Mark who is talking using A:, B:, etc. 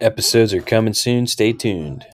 A: Episodes are coming soon, stay tuned.